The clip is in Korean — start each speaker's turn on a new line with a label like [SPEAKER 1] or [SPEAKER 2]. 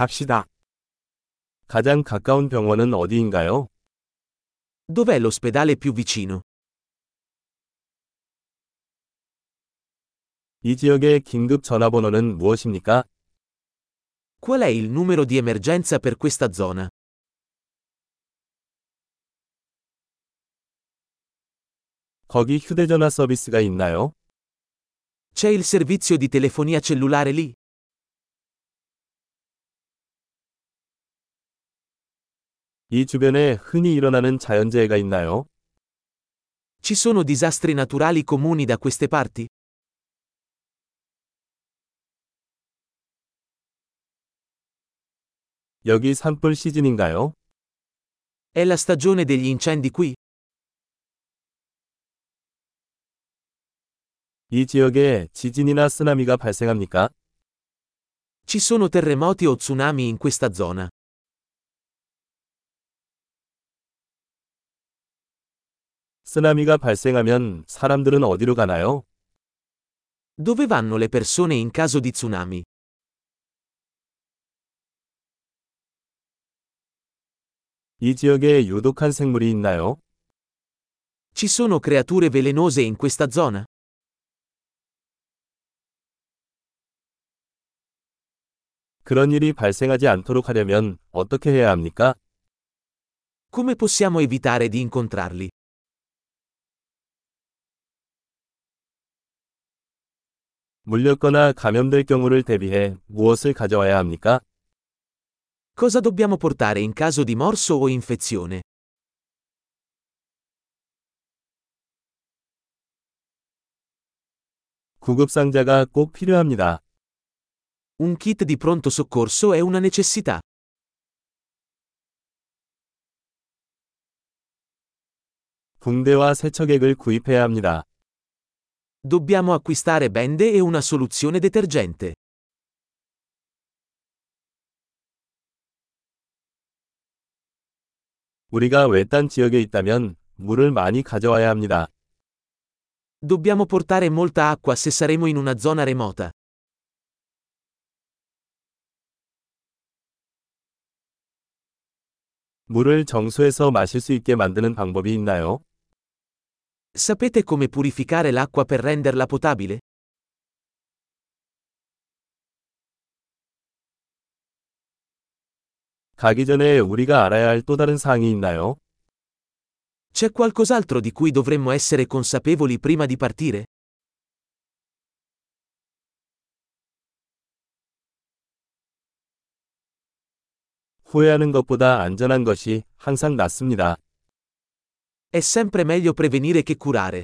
[SPEAKER 1] 갑시다.
[SPEAKER 2] 가장 가까운 병원은 어디인가요?
[SPEAKER 3] Dov'è l'ospedale più vicino?
[SPEAKER 2] 이 지역의 긴급 전화번호는 무엇입니까?
[SPEAKER 3] Qual è il numero di emergenza per questa zona?
[SPEAKER 2] 거기 휴대전화 서비스가 있나요?
[SPEAKER 3] C'è il servizio di telefonia cellulare lì?
[SPEAKER 2] 이 주변에 흔히 일어나는 자연재해가 있나요?
[SPEAKER 3] Ci sono disastri naturali comuni da queste parti?
[SPEAKER 2] 여기 산불 시즌인가요?
[SPEAKER 3] È la stagione degli incendi qui?
[SPEAKER 2] 이 지역에 지진이나 쓰나미가 발생합니까?
[SPEAKER 3] Ci sono terremoti o tsunami in questa zona?
[SPEAKER 2] 쓰나미가 발생하면 사람들은 어디로 가나요?
[SPEAKER 3] Dove vanno le persone in caso di tsunami?
[SPEAKER 2] 이 지역에 유독한 생물이 있나요?
[SPEAKER 3] Ci sono creature velenose in questa zona?
[SPEAKER 2] 그런 일이 발생하지 않도록 하려면 어떻게 해야 합니까?
[SPEAKER 3] Come possiamo evitare di incontrarli?
[SPEAKER 2] 물렸거나 감염될 경우를 대비해 무엇을 가져와야 합니까?
[SPEAKER 3] Cosa dobbiamo portare in caso di morso o infezione?
[SPEAKER 2] 구급상자가 꼭 필요합니다.
[SPEAKER 3] Un kit di pronto soccorso è una necessità.
[SPEAKER 2] 붕대와 세척액을 구입해야 합니다.
[SPEAKER 3] Dobbiamo acquistare bende e una soluzione detergente.
[SPEAKER 2] 우리가 외딴 지역에 있다면 물을 많이 가져와야 합니다.
[SPEAKER 3] Dobbiamo portare molta acqua se saremo in una zona remota.
[SPEAKER 2] 물을 정수해서 마실 수 있게 만드는 방법이 있나요?
[SPEAKER 3] Sapete come purificare l'acqua per renderla potabile?
[SPEAKER 2] 가기 전에 우리가 알아야 할 또 다른 사항이 있나요?
[SPEAKER 3] C'è qualcos'altro di cui dovremmo essere consapevoli prima di partire?
[SPEAKER 2] 후회하는 것보다 안전한 것이 항상 낫습니다.
[SPEAKER 3] È sempre meglio prevenire che curare.